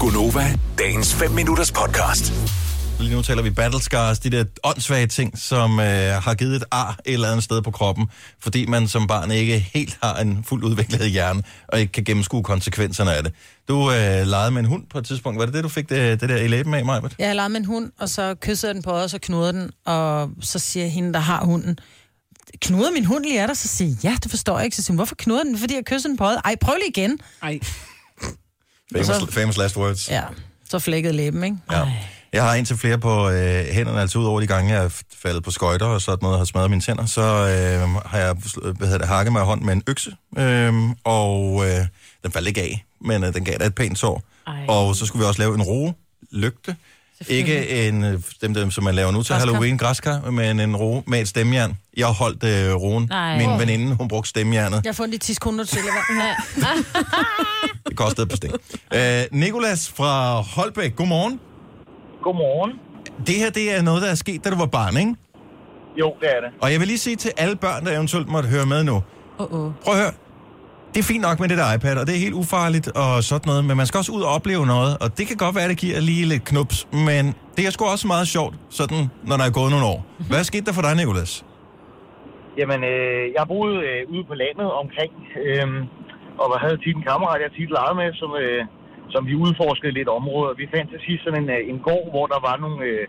Gunova, dagens 5 minutters podcast. Lige nu taler vi battle scars, de der åndssvage ting, som øh, har givet et ar et eller andet sted på kroppen, fordi man som barn ikke helt har en fuldt udviklet hjerne, og ikke kan gennemskue konsekvenserne af det. Du øh, legede med en hund på et tidspunkt. Var det det, du fik øh, det, det der i læben af, Majbert? Jeg har leget med en hund, og så kysser jeg den på os og knurrer den, og så siger hende, der har hunden, knurrer min hund lige af dig? Så siger jeg, ja, det forstår jeg ikke. Så siger hun, hvorfor knurrer den? Fordi jeg kysser den på øjet. Ej, prøv lige igen. Ej, Famous, famous last words. Ja, så flækkede læben, ikke? Ja. Jeg har indtil flere på øh, hænderne, altså ud over de gange, jeg er faldet på skøjter og sådan noget, har smadret mine tænder, så øh, har jeg sl- hvad hedder det, hakket mig i hånden med en økse, øh, og øh, den faldt ikke af, men øh, den gav da et pænt sår. Ej. Og så skulle vi også lave en roe lygte. Ikke en, øh, dem, dem, som man laver nu til Græskar. Halloween, græskar, men en roe med et stemjern. Jeg holdt øh, roen. Nej. Min veninde, hun brugte stemjernet. Jeg har fundet de 10 kroner til. eller hvad? nej. Det kostede et par sting. Øh, Nikolas fra Holbæk, godmorgen. Godmorgen. Det her, det er noget, der er sket, da du var barn, ikke? Jo, det er det. Og jeg vil lige sige til alle børn, der eventuelt måtte høre med nu. Åh, åh. Prøv at høre. Det er fint nok med det der iPad, og det er helt ufarligt og sådan noget, men man skal også ud og opleve noget, og det kan godt være, at det giver lige lidt knups, men det er sgu også meget sjovt, sådan, når der er gået nogle år. Hvad skete der for dig, Nicolas? Jamen, øh, jeg boede øh, ude på landet omkring, øh, og jeg havde tit en kammerat, jeg tit legede med, som, øh, som vi udforskede lidt områder. Vi fandt til sidst sådan en, øh, en gård, hvor der var nogle, øh,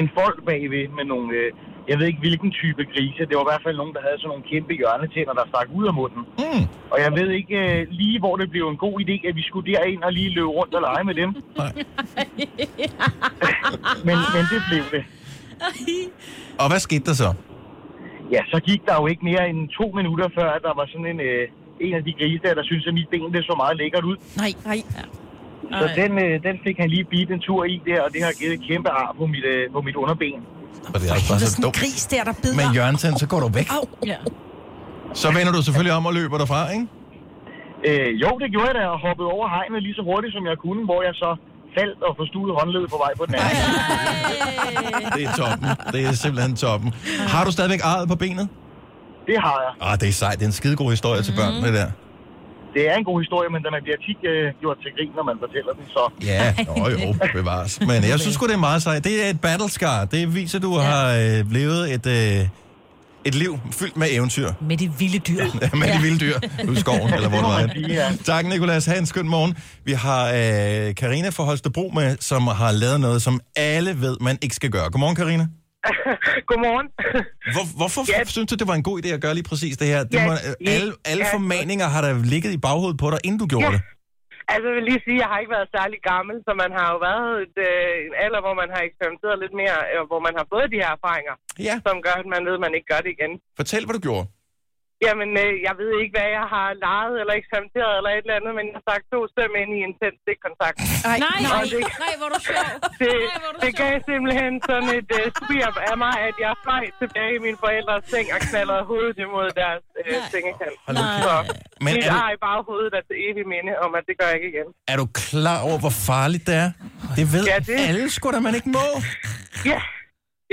en folk bagved med nogle, øh, jeg ved ikke hvilken type grise. Det var i hvert fald nogen, der havde sådan nogle kæmpe hjørnetænder, der stak ud af munden. Mm. Og jeg ved ikke øh, lige, hvor det blev en god idé, at vi skulle derind og lige løbe rundt og lege med dem. Nej. men, men det blev det. Og hvad skete der så? Ja, så gik der jo ikke mere end to minutter før, at der var sådan en, øh, en af de grise der, der syntes, at mit ben det så meget lækkert ud. Nej, nej. Så Ej. den, øh, den fik han lige bidt en tur i der, og det har givet et kæmpe ar på mit, øh, på mit underben. Og det er også Det bare er så sådan en dumt. gris der, der bider. Men Jørgensen, så går du væk. Au. Ja. Så vender du selvfølgelig om og løber derfra, ikke? Øh, jo, det gjorde jeg da, og hoppede over hegnet lige så hurtigt, som jeg kunne, hvor jeg så faldt og forstod håndledet på vej på den anden. Det er toppen. Det er simpelthen toppen. Har du stadigvæk arret på benet? Det har jeg. Ah, det er sejt. Det er en skidegod historie Mhm. til børn, det der. Det er en god historie, men den bliver tit øh, gjort til grin, når man fortæller den, så... Ja, jo, jo, bevares. Men jeg synes sgu, det er meget sejt. Det er et battlescar. Det viser, at du ja. har øh, levet et, øh, et liv fyldt med eventyr. Med de vilde dyr. med ja. de vilde dyr ude i skoven, eller hvor Det du må var. man sige, ja. Tak, Nikolas. Ha' en skøn morgen. Vi har øh, Karina fra Holstebro med, som har lavet noget, som alle ved, man ikke skal gøre. Godmorgen, Karina. Godmorgen. Hvor, hvorfor ja. Ja. synes du, det var en god idé at gøre lige præcis det her? Det Ja, må, øh, ja, alle alle ja. formaninger har da ligget i baghovedet på dig, inden du gjorde Ja. det. Altså, jeg vil lige sige, at jeg har ikke været særlig gammel, så man har jo været et, øh, en alder, hvor man har eksperimenteret lidt mere, og hvor man har fået de her erfaringer, Ja, som gør, at man ved, at man ikke gør det igen. fortæl, hvad du gjorde. Jamen, øh, jeg ved ikke, hvad jeg har leget eller eksperimenteret eller et eller andet, men jeg har sagt to søm ind i en tæt stikkontakt. Nej, Nej, Nå, nej, det- nej, hvor er du sjov. Det, Nej, hvor er du det sjov. gav simpelthen sådan et øh, spirp af mig, at jeg fløj tilbage i mine forældres seng og knaldrede hovedet imod deres øh, Nej. sengekant. Hold nu Så Men mit er du, ar i baghovedet er til evig minde om, at det gør jeg ikke igen. Er du klar over, hvor farligt det er? Det ved ja, Ja, det... det- alle sgu da, man ikke må. Ja,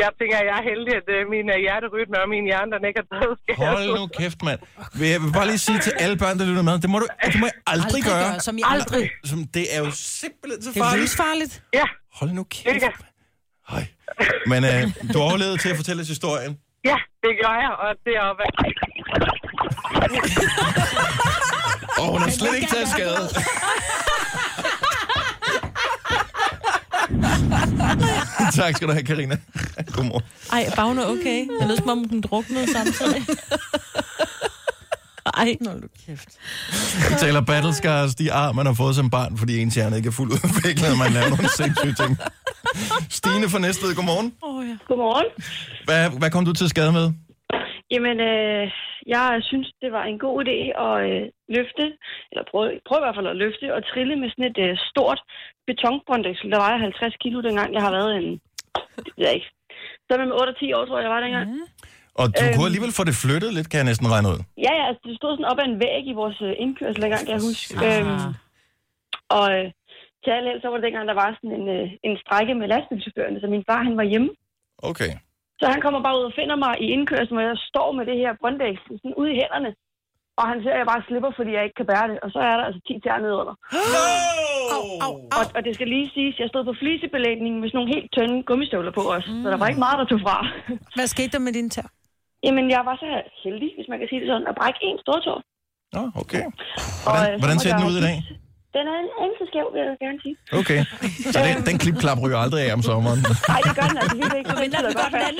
jeg tænker, jeg er heldig, at øh, min øh, hjerterytme og min hjerne, den ikke har taget skade. Hold nu kæft, mand. Vil Jeg vil bare lige sige til alle børn, der lytter med, det må du det må jeg aldrig, aldrig gøre. gøre, som jeg aldrig. Som, det er jo simpelthen så Det er farligt. livsfarligt. Ja, Hold nu kæft. mega. Hej. Men øh, du overlevede til at fortælle os historien. Ja, det gør jeg, og det er at være... Og hun har slet ikke taget skade. tak skal du have, Karina. Godmorgen. Ej, Bagne, okay. Jeg lød som om, den druknede samtidig. Ej, Nå, du kæft. Vi taler battlescars, de ar, man har fået som barn, fordi ens hjerne ikke er fuldt udviklet, og man laver nogle sindssyge ting. Stine fra Næstved, godmorgen. Godmorgen. Hvad, hvad kom du til skade med? Jamen, øh, jeg synes, det var en god idé at øh, løfte, eller prøve, prøve i hvert fald at løfte og trille med sådan et øh, stort betonbrondex, der vejer 50 kilo, dengang jeg har været en... Det ved jeg ikke. Så er man med 8 og 10 år, tror jeg, jeg var dengang. Og du øhm. Øhm. kunne alligevel få det flyttet lidt, kan jeg næsten regne ud. Ja, ja, altså, det stod sådan op ad en væg i vores øh, indkørsel, dengang kan jeg huske. Ah. Øhm, og øh, til alle held, så var det dengang, der var sådan en, øh, en strække med lastbilchaufførerne, så min far, han var hjemme. Okay. Så han kommer bare ud og finder mig i indkørslen, hvor jeg står med det her brøndæg sådan ude i hænderne. Og han ser, at jeg bare slipper, fordi jeg ikke kan bære det. Og så er der altså 10 tær nedunder. No! Au, au, Og, og det skal lige siges, jeg stod på flisebelægningen med sådan nogle helt tynde gummistøvler på os, mm. så der var ikke meget, der tog fra. Hvad skete der med din tær? Jamen, jeg var så heldig, hvis man kan sige det sådan, at brække en stortår. Nå, okay. Og, Hvordan, øh, så hvordan måtte ser den jeg ud i dag? Den er en anelse skæv, vil jeg gerne sige. Okay. Så den, den klipklap ryger aldrig af om sommeren. Nej, det gør den altså helt ikke. Men den godt fast.